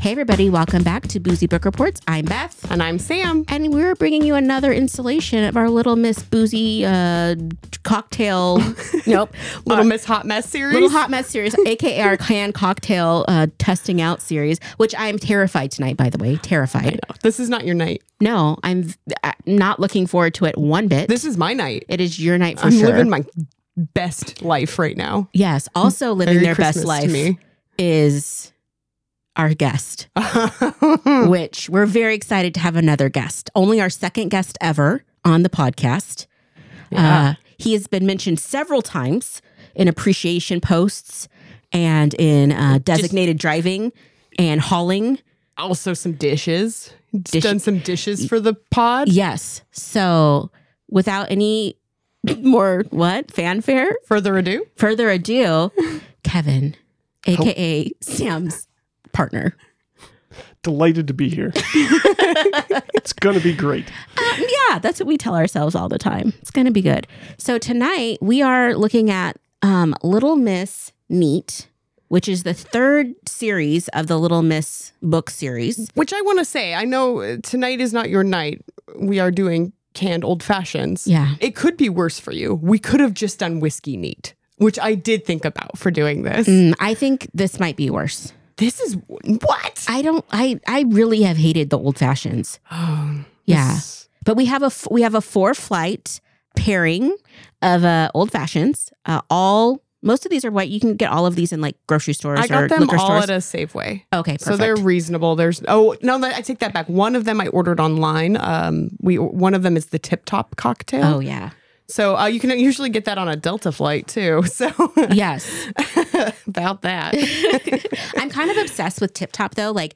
Hey, everybody, welcome back to Boozy Book Reports. I'm Beth. And I'm Sam. And we're bringing you another installation of our Little Miss Boozy uh, cocktail. nope. Little Miss Hot Mess series. Little Hot Mess series, aka our canned cocktail uh, testing out series, which I am terrified tonight, by the way. Terrified. No, this is not your night. No, I'm v- uh, not looking forward to it one bit. This is my night. it is your night for I'm sure. living my best life right now. yes. Also, living Merry their best Christmas to life is our guest, me. which we're very excited to have another guest. Only our second guest ever on the podcast. Yeah. Uh, he has been mentioned several times in appreciation posts and in uh, designated driving and hauling. also some dishes. It's Dish- Done some dishes for the pod. Yes. So without any more what fanfare, Further ado. further ado, Kevin, aka Sam's partner. delighted to be here. it's going to be great. Yeah, that's what we tell ourselves all the time. It's going to be good. So tonight we are looking at um, Little Miss Neat, which is the third series of the Little Miss book series. Which I want to say, I know uh, tonight is not your night. We are doing canned old fashions. Yeah. It could be worse for you. We could have just done whiskey neat, which I did think about for doing this. Mm, I think this might be worse. This is what? I don't. I I really have hated the old fashions. Oh, Yeah. this- But we have a f- we have a four flight pairing of uh, old fashions. Uh, all most of these are white. You can get all of these in like grocery stores I or got them liquor all stores. at a Safeway. okay, perfect. So they're reasonable. There's oh no, I take that back. One of them I ordered online. Um, we one of them is the Tip Top cocktail. oh yeah, So uh, you can usually get that on a Delta flight too. So yes. about that. I'm kind of obsessed with Tip Top though. Like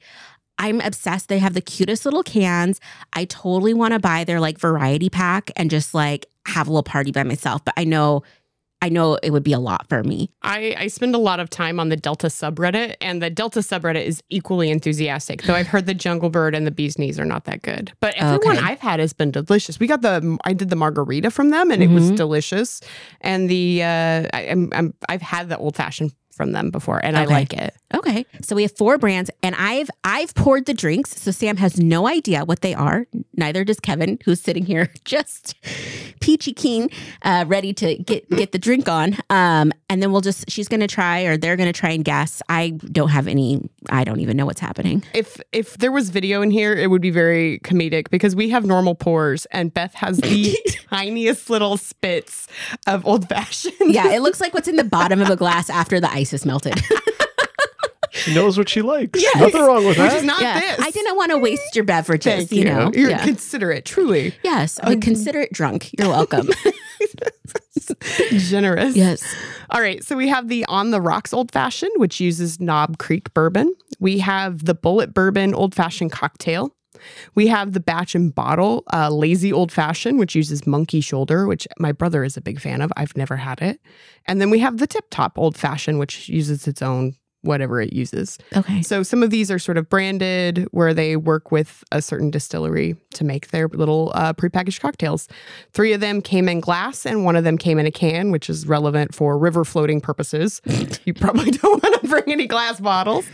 I'm obsessed. They have the cutest little cans. I totally want to buy their like variety pack and just like have a little party by myself. But I know, I know it would be a lot for me. I, I spend a lot of time on the Delta subreddit, and the Delta subreddit is equally enthusiastic. Though I've heard the Jungle Bird and the Bee's Knees are not that good, but everyone Oh, Okay. I've had has been delicious. We got the I did the margarita from them, and it was Mhm. delicious. And the uh, I, I'm, I'm I've had the old fashioned from them before, and I Okay. like it. Okay. So we have four brands and I've I've poured the drinks. So Sam has no idea what they are. Neither does Kevin, who's sitting here just peachy keen, uh, ready to get get the drink on. Um, and then we'll just she's gonna try or they're gonna try and guess. I don't have any I don't even know what's happening. If if there was video in here, it would be very comedic because we have normal pours, and Beth has the tiniest little spits of old fashioned. Yeah, it looks like what's in the bottom of a glass after the ice is melted. She knows what she likes. Nothing wrong with Which is that. not Oh, yeah. this. I didn't want to waste your beverages, Thank you, you. know. You're Um, Yeah. considerate, truly yes. I consider it drunk. You're welcome. generous. yes. All right. So we have the On the Rocks Old Fashioned, which uses Knob Creek bourbon. We have the Bullet Bourbon Old Fashioned Cocktail. We have the Batch and Bottle uh, Lazy Old Fashioned, which uses Monkey Shoulder, which my brother is a big fan of. I've never had it. And then we have the Tip Top Old Fashioned, which uses its own whatever it uses. Okay. So some of these are sort of branded where they work with a certain distillery to make their little uh, prepackaged cocktails. Three of them came in glass and one of them came in a can, which is relevant for river floating purposes. you probably don't want to bring any glass bottles.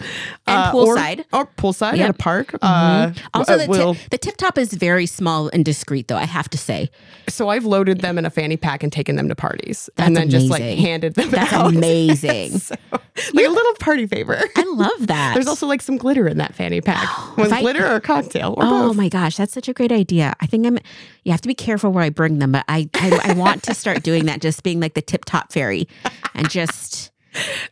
Uh, And or- poolside. Or, Oh, poolside Yep. at a park. Uh, Also, uh, the, well, tip, the tip top is very small and discreet, though, I have to say. so I've loaded them in a fanny pack and taken them to parties That's and then just like amazing. handed them That's out. amazing. So, like a little party favor. I love that. There's also like some glitter in that fanny pack. If Was I- glitter or a cocktail? Or Oh both. my gosh, that's such a great idea. I think I'm, you have to be careful where I bring them, but I, I, I want to start doing that, just being like the tip top fairy and just,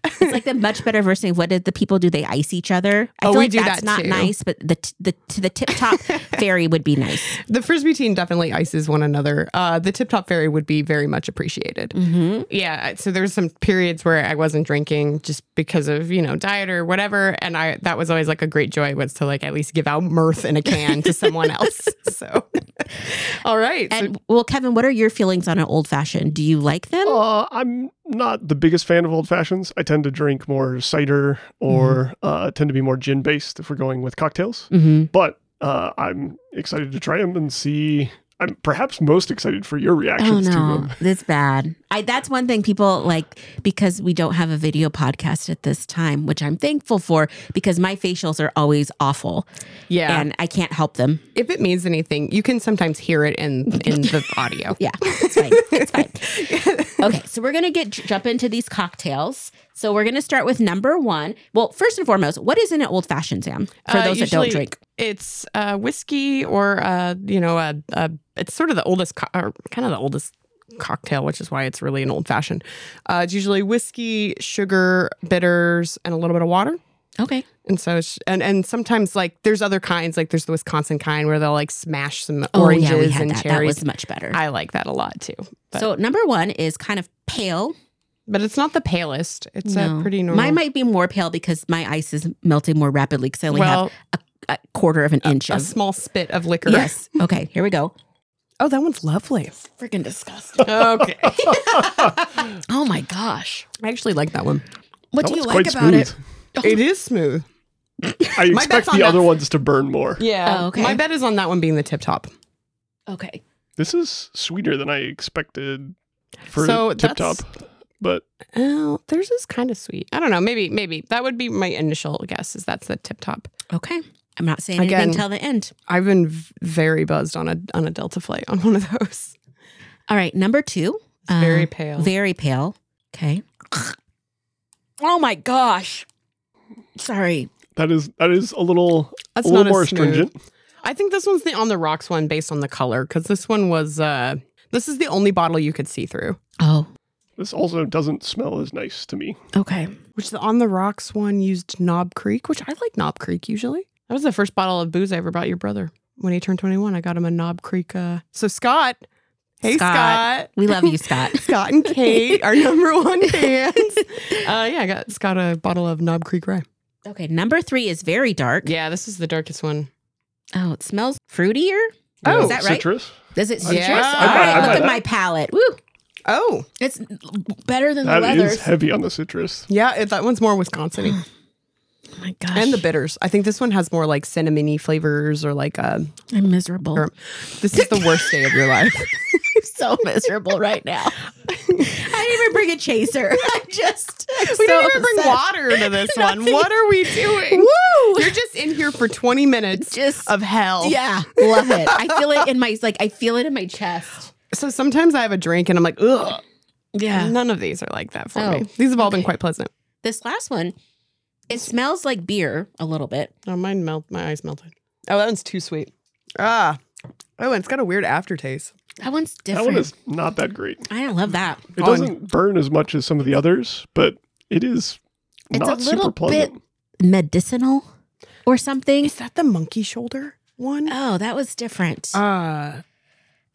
it's like the much better version of what did the people do? They ice each other. I Oh, feel we like do that's that not too. nice, but the, t- the, to the tip top fairy would be nice. The frisbee team definitely ices one another. Uh, the tip top fairy would be very much appreciated. Mm-hmm. Yeah, so there's some periods where I wasn't drinking just because of you know diet or whatever, and I that was always like a great joy was to like at least give out mirth in a can to someone else. So, all right, so- And well, Kevin, what are your feelings on an old fashioned? Do you like them? Uh, I'm not the biggest fan of old fashions. I tend to drink more cider Mm-hmm. or uh, tend to be more gin based if we're going with cocktails. Mm-hmm. But uh, I'm excited to try them and see. I- I'm perhaps most excited for your reactions to oh no, them. that's bad. I that's one thing people like because we don't have a video podcast at this time, which I'm thankful for because my facials are always awful Yeah. and I can't help them. if it means anything, you can sometimes hear it in in the audio. Yeah, it's fine. It's fine. Okay, so we're gonna get jump into these cocktails. So we're gonna start with number one. Well, first and foremost, what is in an old fashioned, Sam? For Uh, those that don't usually drink, It's uh, whiskey or uh, you know a, a it's sort of the oldest co- or kind of the oldest cocktail, which is why it's really an old fashioned. Uh, it's usually whiskey, sugar, bitters, and a little bit of water. okay, And so it's, and and sometimes like there's other kinds like there's the Wisconsin kind where they'll like smash some oranges oh, yeah, we had and that. That cherries. was much better. I like that a lot too. But, so number one is kind of pale. but it's not the palest. It's No. a pretty normal. Mine might be more pale because my ice is melting more rapidly because I only well, have a quarter of an inch a of. small spit of liquor. Yes. Okay. Here we go. Oh, that one's lovely. Freaking disgusting. Okay. oh my gosh. I actually like that one. What That do you one's like quite about it? smooth. It is smooth. I My bet's expect on the other that. ones to burn more. Yeah. Oh, okay. My bet is on that one being the tip top. Okay. This is sweeter than I expected for So Tip Top, that's- but Oh, theirs is kind of sweet. I don't know. Maybe, maybe that would be my initial guess. Is that's the tip top. Okay. I'm not saying Again. anything till the end. I've been v- very buzzed on a on a Delta flight on one of those. All right. Number two. uh, very pale. Very pale. Okay. Oh my gosh. Sorry. that is that is a little that's a little not more as smooth. astringent. I think this one's the on the rocks one based on the color because this one was. uh This is the only bottle you could see through. Oh. This also doesn't smell as nice to me. Okay. Which the on the rocks one used Knob Creek, which I like Knob Creek usually. That was the first bottle of booze I ever bought your brother when he turned 21. I got him a Knob Creek. Uh, so Scott, hey Scott. Scott, We love you, Scott. Scott and Kate, our number one fans. Uh, yeah, I got Scott a bottle of Knob Creek rye. okay. Number three is very dark. Yeah, this is the darkest one. Oh, it smells fruitier. Oh, is that right? citrus. Is it citrus? Yeah. All I buy- right, I look buy at that. my palate. Woo! Oh, It's better than That the is leathers. heavy on the citrus. yeah, it, that one's more Wisconsin oh my gosh! and the bitters. I think this one has more like cinnamony flavors or like uh, I'm miserable. or- this is the worst day of your life. I'm so miserable right now. I didn't even bring a chaser. I just We didn't even bring water to this one. What are we doing? Woo! You're just in here for 20 minutes Just- of hell. Yeah, love it. I feel it in my like. I feel it in my chest. So sometimes I have a drink and I'm like, ugh. Yeah. None of these are like that for Oh, me. These have all been quite pleasant. This last one, it smells like beer a little bit. Oh, mine melt. My eyes melted. Oh, that one's too sweet. Ah. Oh, and it's got a weird aftertaste. That one's That different. one is not that great. I don't love that. It On- doesn't burn as much as some of the others, but it is It's a not little super pleasant. Medicinal or something. Is that the monkey shoulder one? Oh, that was different. Uh,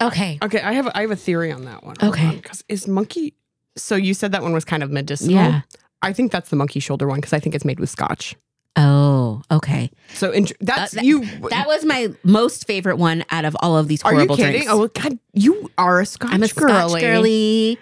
okay. okay. I have I have a theory on that one. Okay. Because is monkey? So you said that one was kind of medicinal. Yeah. I think that's the monkey shoulder one because I think it's made with scotch. Oh, okay. So int- that's that- you. That was my most favorite one out of all of these Are you horrible kidding? drinks. Oh well, God, you are a Scotch I'm a girly. Scotch girly.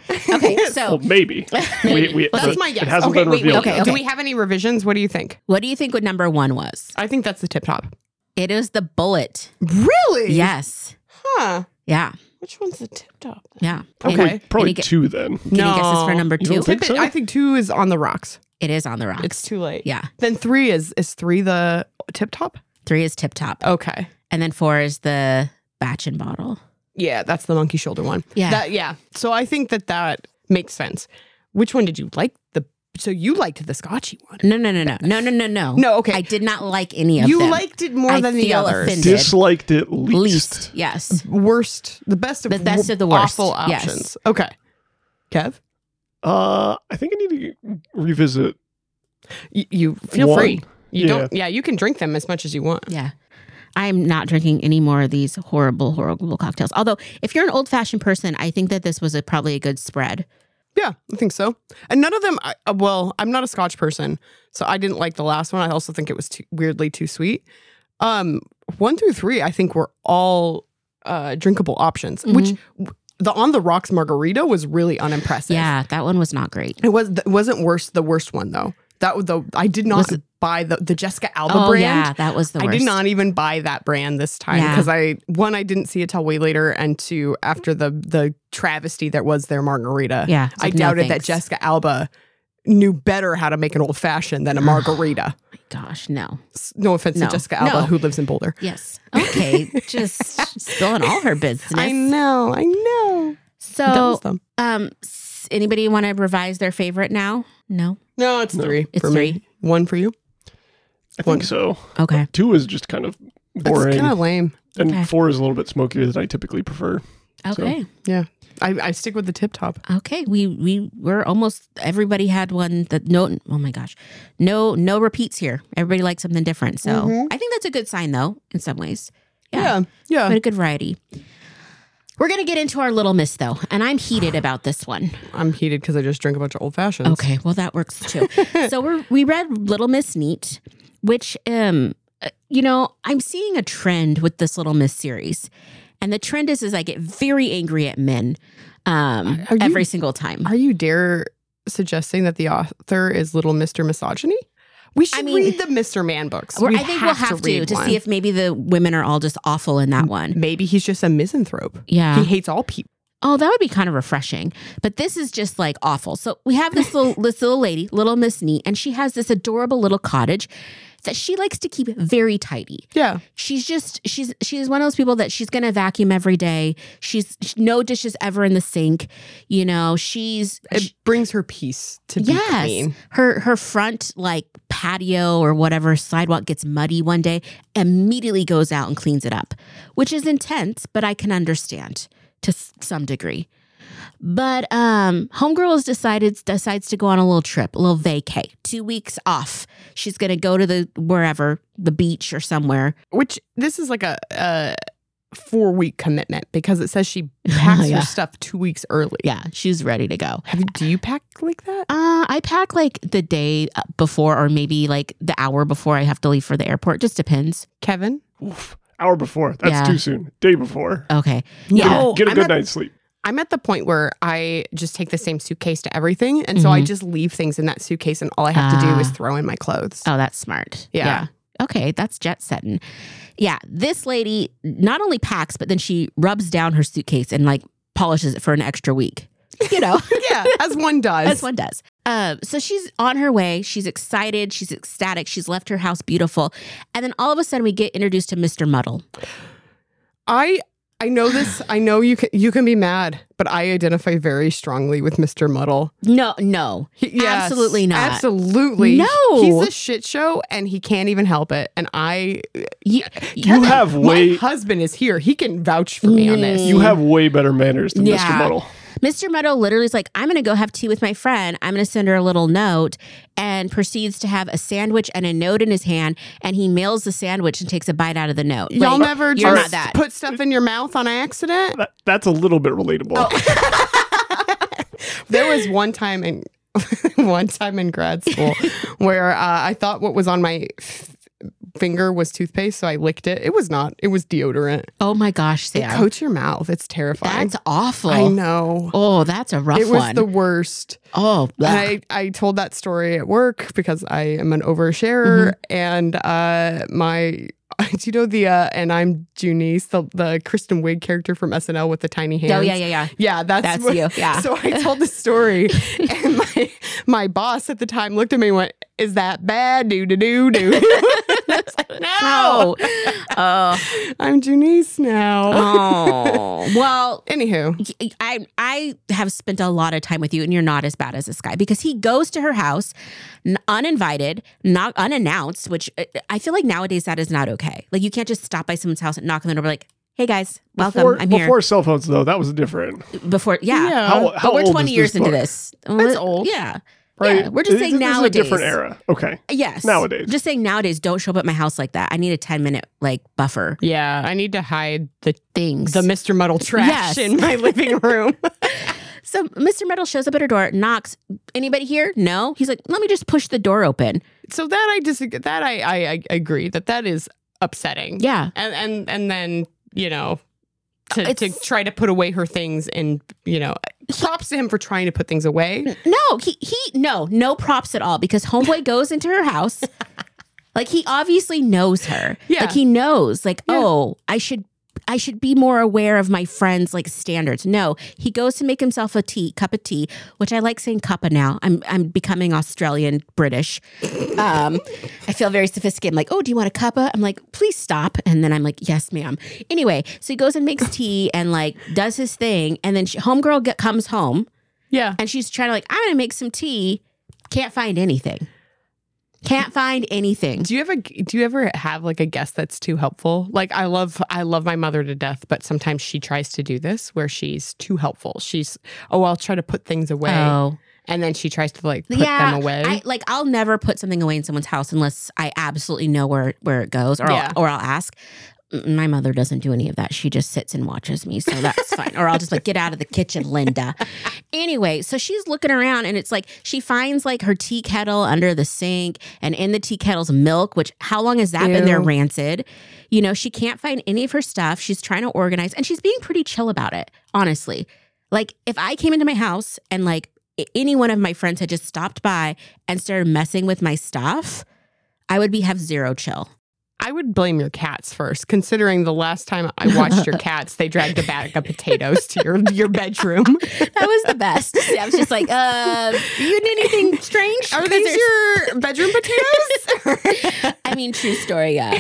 Okay, Well, so maybe. we, we, Well, That's Wait, my guess. It hasn't okay, been wait, wait, revealed. okay, yet. okay. Do we have any revisions? What do you think? what do you think what number one was? I think that's the tip top. It is the bullet. Really? Yes. Huh. Yeah. Which one's the tip top? Yeah. Okay. Any, Probably any, gu- two then. any guesses for number You don't two? think so? I think two is on the rocks. It is on the rocks. It's too late. yeah. Then three is is three the tip top? Three is tip top. Okay. And then four is the batch and bottle. Yeah, that's the monkey shoulder one. Yeah. That yeah. So I think that that makes sense. Which one did you like? The so you liked the Scotchy one. no, no, no, no. No, no, no, no. No, okay. I did not like any of you them. liked it more I than the feel others. offended. Disliked it least. least. Yes. worst, the best of The best of the worst, awful yes. options. Okay, Kev, Uh, I think I need to revisit. you, you feel One. free. You Yeah. don't. Yeah, you can drink them as much as you want. Yeah. I'm not drinking any more of these horrible, horrible cocktails. Although, if you're an old fashioned person, I think that this was a, probably a good spread. Yeah, I think so. And none of them. I, uh, well, I'm not a Scotch person, so I didn't like the last one. I also think it was too, weirdly too sweet. Um, one through three, I think were all uh drinkable options. Mm-hmm. Which the on the rocks margarita was really unimpressive. Yeah, that one was not great. It was it wasn't worse the worst one though. That was the I did not Was it- buy the the Jessica Alba oh brand. yeah, that was the I worst. did not even buy that brand this time Yeah. because I one I didn't see it till way later, and two after the the travesty that was their margarita. Yeah, it's I like, no doubted that thanks. Jessica Alba knew better how to make an old fashioned than a margarita. Gosh, no. S- no offense No. to Jessica Alba, No. who lives in Boulder. Yes. Okay. Just spilling all her business. I know, I know. That So, was them. um, s- anybody want to revise their favorite now? No. No, it's No. three. It's for Me. three. One for you. I One. think so. Okay. Two is just kind of It's boring, kind of lame. and Okay. four is a little bit smokier than I typically prefer. Okay. I, I stick with the tip top. Okay, we we were almost everybody had one that no oh my gosh. No no repeats here. Everybody likes something different. So Mhm. I think that's a good sign though in some ways. Yeah, yeah. But a good variety. We're going to get into our little miss though, and I'm heated about this one. I'm heated because I just drink a bunch of old fashions. Okay, well that works too. so we are we read Little Miss Neat, which um uh, you know, I'm seeing a trend with this Little Miss series. And the trend is is I get very angry at men um Are you- every single time. Are you dare suggesting that the author is Little Mister Misogyny? We should I mean- read the Mister Man books. Or We I think we'll have to to, read one. see if maybe the women are all just awful in that one. maybe he's just a misanthrope. Yeah. He hates all people. Oh, that would be kind of refreshing. But this is just like awful. So we have this little this little lady, little Miss Neat, and she has this adorable little cottage that she likes to keep very tidy. Yeah, She's just she's she's one of those people that she's gonna vacuum every day. She's sh- no dishes ever in the sink. You know, she's it brings her peace to be Yes. clean. her her front like patio or whatever sidewalk gets muddy one day immediately goes out and cleans it up which is intense but i can understand to s- some degree but um homegirl has decided decides to go on a little trip a little vacay two weeks off she's gonna go to the wherever the beach or somewhere Which this is like a. a Four week commitment because it says she packs Yeah. her stuff two weeks early. yeah she's ready to go Have you, do you pack like that? uh, I pack like the day uh, before, or maybe like the hour before I have to leave for the airport. Just depends. Kevin? Oof, hour before. That's Yeah. Oh, too soon. Day before. Okay. Get a- Yeah. Get a I'm good at- night's sleep. I'm at the point where I just take the same suitcase to everything. And so I Mhm. just leave things in that suitcase and all I have to do is Ah. throw in my clothes. Oh, that's smart. Yeah. Okay, that's jet setting. Yeah, this lady not only packs, but then she rubs down her suitcase and like polishes it for an extra week. You know, yeah, as one does. as one does. Uh, so she's on her way. She's excited. She's ecstatic. She's left her house beautiful. And then all of a sudden, we get introduced to Mr. Muddle. I I know this. I know you can you can be mad, but I identify very strongly with Mr. Muddle. No, no. He- yes, Absolutely not. Absolutely. No. He's a shit show and he can't even help it. And I You, You have my way husband is here. He can vouch for me on this. Mm. you have way better manners than Yeah. Mr. Muddle. Mr. Meadow literally is like, I'm going to go have tea with my friend. I'm going to send her a little note and proceeds to have a sandwich and a note in his hand. And he mails the sandwich and takes a bite out of the note. Y'all Like, never you're not just that. put stuff in your mouth on accident. That, that's a little bit relatable. Oh, There was one time in one time in grad school where uh, I thought what was on my f- finger was toothpaste, so I licked it. It was not. It was deodorant. Oh my gosh, It Sam. coats your mouth. It's terrifying. That's awful. I know. Oh, that's a rough It was one. the worst. oh, And ugh. I, I told that story at work because I am an oversharer Mm-hmm. and uh my do you know the uh and I'm Junice, the the Kristen Wiig character from SNL with the tiny hands? oh, yeah, yeah, yeah. Yeah, that's, That's what- you. Yeah. So I told the story, and my my boss at the time looked at me and went, "Is that bad? Do do do do." And I was like, no, Oh. oh. I'm Junice now. Oh. well, Anywho, I I have spent a lot of time with you, and you're not as bad as this guy because he goes to her house n- uninvited, not unannounced. Which uh, I feel like nowadays that is not okay. Like you can't just stop by someone's house and knock on the door, and be like, "Hey guys, welcome, Before, I'm here." before cell phones, though, that was different. Before, yeah, Yeah. How, But how we're old 20 is years this into book, this. That's old. Yeah, Right? yeah. We're just This- saying this nowadays. Is a different era. Okay. Yes, Nowadays. Just saying nowadays. Don't show up at my house like that. I need a 10 minute like buffer. yeah, I need to hide the Things. the Mr. Muddle trash Yes. in my living room. So Mr. Metal shows up at her door, knocks. Anybody here? No. He's like, let me just push the door open. so that I disagree. That I, I I agree that that is upsetting. Yeah. and and and then you know to, to It's- try to put away her things and you know props to him for trying to put things away. No, he he no, no props at all because homeboy goes into her house. Like he obviously knows her. Yeah. Like he knows like, Yeah. "Oh, I should I should be more aware of my friends like standards." No, he goes to make himself a tea, cup of tea, which I like saying cuppa now. I'm I'm becoming Australian British. Um, I feel very sophisticated. I'm like, "Oh, do you want a cuppa?" I'm like, "Please stop." And then I'm like, "Yes, ma'am." Anyway, so he goes and makes tea and like does his thing and then she, homegirl get, comes home Yeah. and she's trying to like i'm gonna make some tea can't find anything can't find anything Do you ever do you ever have like a guest that's too helpful? Like I love I love my mother to death, but sometimes she tries to do this where she's too helpful. She's oh I'll try to put things away, oh and then she tries to like put yeah them away. I, like i'll never put something away in someone's house unless i absolutely know where where it goes or Yeah. I'll, or i'll ask M- my mother doesn't do any of that. She just sits and watches me. So that's fine. Or I'll just like get out of the kitchen, Linda. Anyway, so she's looking around and it's like she finds like her tea kettle under the sink and in the tea kettle's milk, which how long has that been there Ew. rancid? You know, she can't find any of her stuff. She's trying to organize and she's being pretty chill about it, honestly. Like, if I came into my house and like a- any one of my friends had just stopped by and started messing with my stuff, I would be have zero chill. I would blame your cats first, considering the last time I watched your cats, they dragged a bag of potatoes to your your bedroom. That was the best. I was just like, uh, you need anything strange? Are 'Cause these there's- your bedroom potatoes? I mean, true story. Yeah,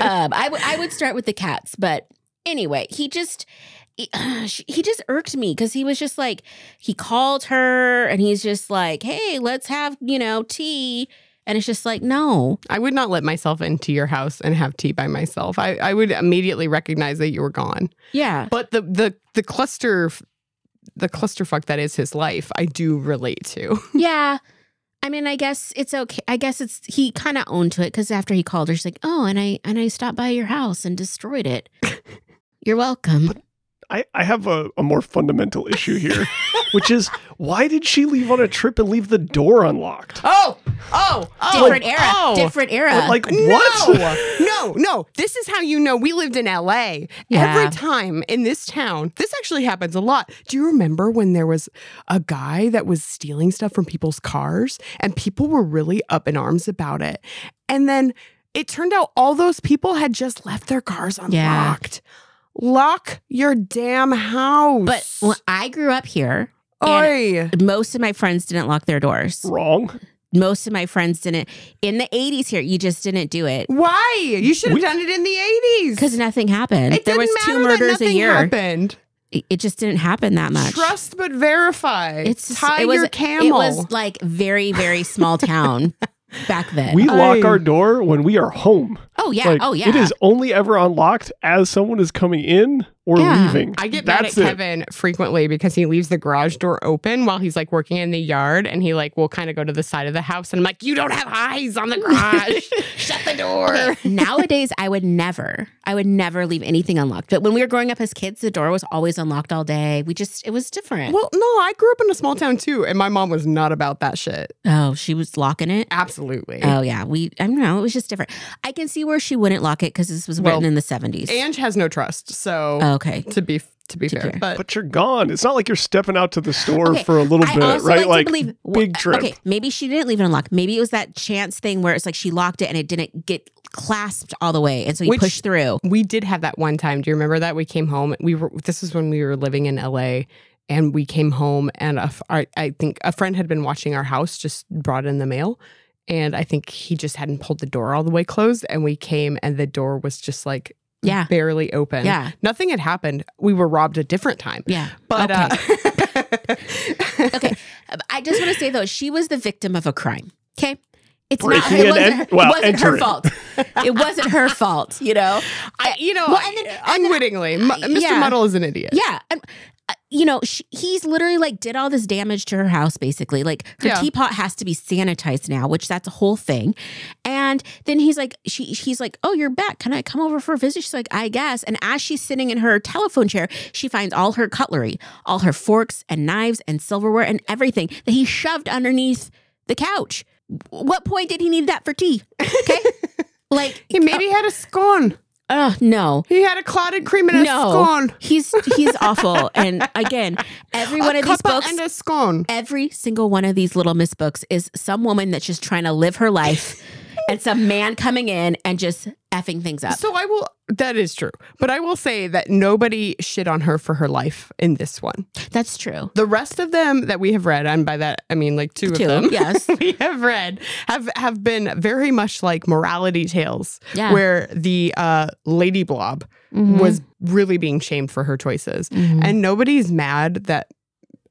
um, I w- I would start with the cats, but anyway, he just he, he just irked me because he was just like he called her and he's just like, hey, let's have you know tea, and it's just like no, I would not let myself into your house and have tea by myself. I, I would immediately recognize that you were gone. yeah, But the the the cluster the clusterfuck that is his life, I do relate to. yeah. I mean, I guess it's okay. I guess it's he kind of owned to it because after he called her, she's like, oh, and I and I stopped by your house and destroyed it. You're welcome. I, I have a, a more fundamental issue here, which is why did she leave on a trip and leave the door unlocked? Oh, oh, oh Different era. oh. Different era. Like No, what? no, no. This is how you know we lived in LA. Yeah. Every time in this town, this actually happens a lot. Do you remember when there was a guy that was stealing stuff from people's cars and people were really up in arms about it? And then it turned out all those people had just left their cars Yeah. unlocked. Lock your damn house. but when I grew up here, Oi. most of my friends didn't lock their doors. Wrong. Most of my friends didn't. In the 80s here, you just didn't do it Why? You should have We- done it in the 80s. because nothing happened. it there was didn't two matter that murders a nothing year. Happened. It it just didn't happen that much. Trust but verify. It's- tie it was- your it camel. was like very, very small town back then. We lock I- our door when we are home. oh, yeah. Like, oh, yeah. It is only ever unlocked as someone is coming in or Yeah. leaving. I get That's mad at it. Kevin frequently because he leaves the garage door open while he's like working in the yard and he like will kind of go to the side of the house and I'm like, you don't have eyes on the garage. Shut the door. Nowadays, I would never, I would never leave anything unlocked. But when we were growing up as kids, the door was always unlocked all day. We just, it was different. Well, no, I grew up in a small town too, and my mom was not about that shit. Oh, she was locking it. Absolutely. Oh yeah, we I don't know. It was just different. I can see where she wouldn't lock it because this was Well, written in the seventies. Ange has no trust, so Oh, Okay. to be Oh. to be To fair, fair. but But you're gone. It's not like you're stepping out to the store Okay, for a little I bit, also right? like Like to believe uh, big trip. Okay, maybe she didn't leave it unlocked. Maybe it was that chance thing where it's like she locked it and it didn't get clasped all the way, and so you Which- push through. We did have that one time. Do you remember that? We came home. We were this is when we were living in LA and we came home and a f- our- I think a friend had been watching our house just brought in the mail and I think he just hadn't pulled the door all the way closed and we came and the door was just like Yeah. barely Mm. open. Yeah. Nothing had happened. We were robbed a different time. Yeah. But uh, Okay. I just want to say though, she was the victim of a crime. Okay. It's not Breaking it and wasn't, en- her, well, wasn't her entering. fault. It wasn't her fault, you know. I, you know, Well, and then- unwittingly, Mu- Mr. Yeah. Muddle is an idiot. Yeah. And, uh, you know, sh he's literally like did all this damage to her house, basically. Like her Yeah. teapot has to be sanitized now, which that's a whole thing. And then he's like, she, he's like, oh, you're back. Can I come over for a visit? She's like, I guess. And as she's sitting in her telephone chair, she finds all her cutlery, all her forks and knives and silverware and everything that he shoved underneath the couch. W- What point did he need that for tea? Okay. like, He maybe had a scone. Oh no. He had a clotted cream and a No. scone. He's he's awful. And again, every one a of these cuppa books and a scone. every single one of these little miss books is some woman that's just trying to live her life and some man coming in and just effing things up. So I will. That is true, but I will say that nobody shit on her for her life in this one. That's true. The rest of them that we have read, and by that I mean like two, Two, of them, yes. we have read have have been very much like morality tales, Yeah. where the uh, lady blob Mm-hmm. was really being shamed for her choices, and nobody's mad that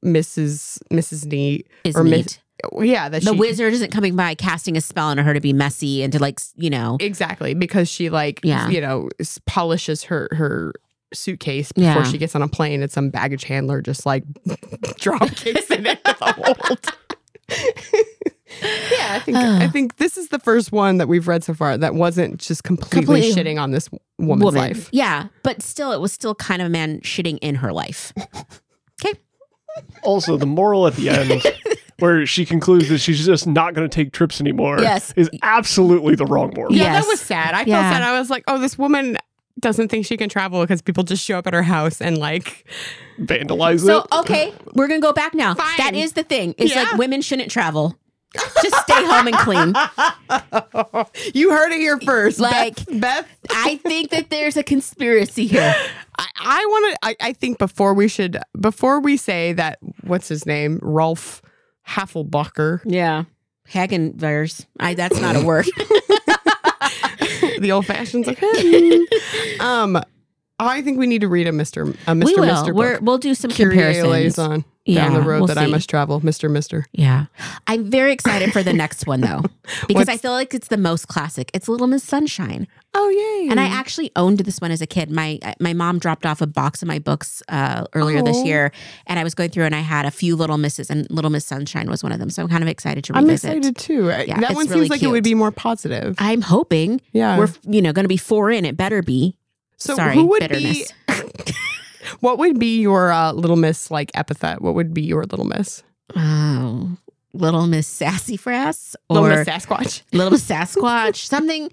Mrs. Mrs. Neat is or neat. Miss- yeah, that the she, wizard isn't coming by casting a spell on her to be messy and to like s- you know Exactly, because she like Yeah. you know s- polishes her her suitcase before Yeah. she gets on a plane, and some baggage handler just like drop kicks it into the hold. yeah, I think I Ah. think this is the first one that we've read so far that wasn't just completely, Completely shitting on this woman's woman. life. Yeah, but still, it was still kind of a man shitting in her life. Also, the moral at the end, where she concludes that she's just not going to take trips anymore, Yes. is absolutely the wrong moral. Yeah. Yeah, Yes. that was sad. I Yeah. felt sad. I was like, oh, this woman doesn't think she can travel because people just show up at her house and like Vandalize So it. okay, we're gonna go back now. Fine. That is the thing. It's Yeah. like women shouldn't travel. Just stay home and clean. you heard it here first. Like- Beth, Beth I think that there's a conspiracy here. I, I want to. I, I think before we should, before we say that, what's his name, Rolf Hasselbacher, Yeah. Hagenvers. I that's not a word. the old fashions like, hmm. um, I think we need to read a Mister a Mister we will. Mister We're, book. we'll do some Curie comparisons. liaison Yeah, down the road we'll that I see. must travel, Mister Mister. Yeah. I'm very excited for the next one though. Because What's- I feel like it's the most classic. It's Little Miss Sunshine. Oh yay! And I actually owned this one as a kid. My uh, my mom dropped off a box of my books uh, earlier this Oh. year, and I was going through and I had a few Little Misses, and Little Miss Sunshine was one of them. So I'm kind of excited to I'm revisit. excited too. I- Yeah, that it's one really seems like it cute. would be more positive. I'm hoping Yeah. we're you know going to be four in. It better be. so sorry, who would bitterness. be? what would be your uh, Little Miss like epithet? What would be your Little Miss? Oh, Little Miss Sassyfrass or Little Miss Sasquatch. Little Miss Sasquatch, something.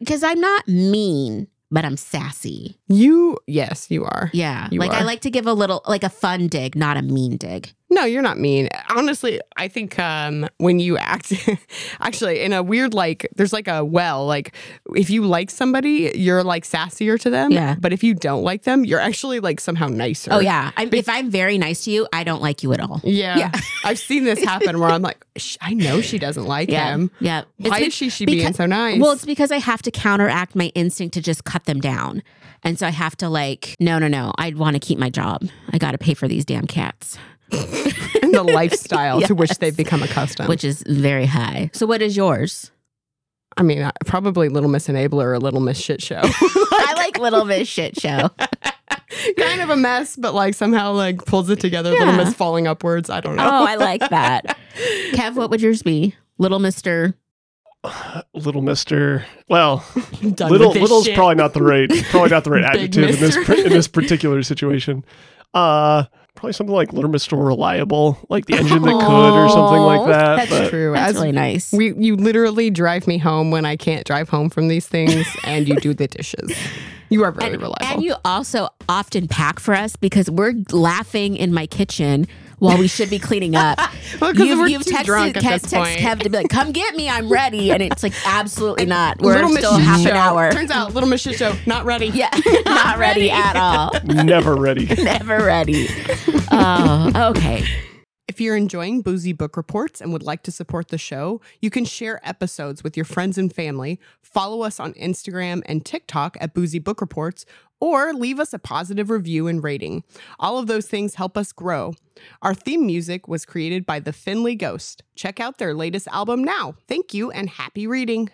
Because I'm not mean, but I'm sassy. You yes, you are. Yeah, You like I are. like to give a little, like a fun dig, not a mean dig. No, you're not mean. Honestly, I think um, when you act, actually, in a weird like, there's like a well, like if you like somebody, you're like sassier to them. Yeah. But if you don't like them, you're actually like somehow nicer. Oh yeah, I'm, if I'm very nice to you, I don't like you at all. Yeah. Yeah. I've seen this happen where I'm like, Sh- I know she doesn't like him. yeah. It's Why be- is she she because- being so nice? Well, it's because I have to counteract my instinct to just cut them down, and so I have to like, no, no, no. I want to keep my job. I got to pay for these damn cats, And the lifestyle to which Yes. they've become accustomed. which is very high. Oh. So what is yours? I mean, I- probably Little Miss Enabler or Little Miss Shit Show. I like Little Miss Shit Show. kind of a mess, but like somehow like pulls it together. Little Yeah. Miss falling upwards. I don't know. Oh, I like that. Kev, what would yours be? Little Mister. Little Mister. Well, Done little with this little's shit. probably not the right probably not the right Big adjective in this mister. pr- in this particular situation. Uh, probably something like Little Mister Reliable, like the engine that could, or something like that. That's but- true. That's As really nice. we, you literally drive me home when I can't drive home from these things, and you do the dishes. You are very and, reliable. and you also often pack for us because we're laughing in my kitchen while we should be cleaning up. Well, 'cause we're too drunk at Kev, this text point. Kev to be like, "Come get me, I'm ready," and it's like absolutely not. We're Little Miss still Shit half Show. an hour. Turns out, Little Miss Shit Show not ready. Yeah, not ready at all. Never ready. Never ready. Oh, okay. If you're enjoying Boozy Book Reports and would like to support the show, you can share episodes with your friends and family, follow us on Instagram and TikTok at Boozy Book Reports, or leave us a positive review and rating. All of those things help us grow. Our theme music was created by the Finley Ghost. Check out their latest album now. Thank you and happy reading.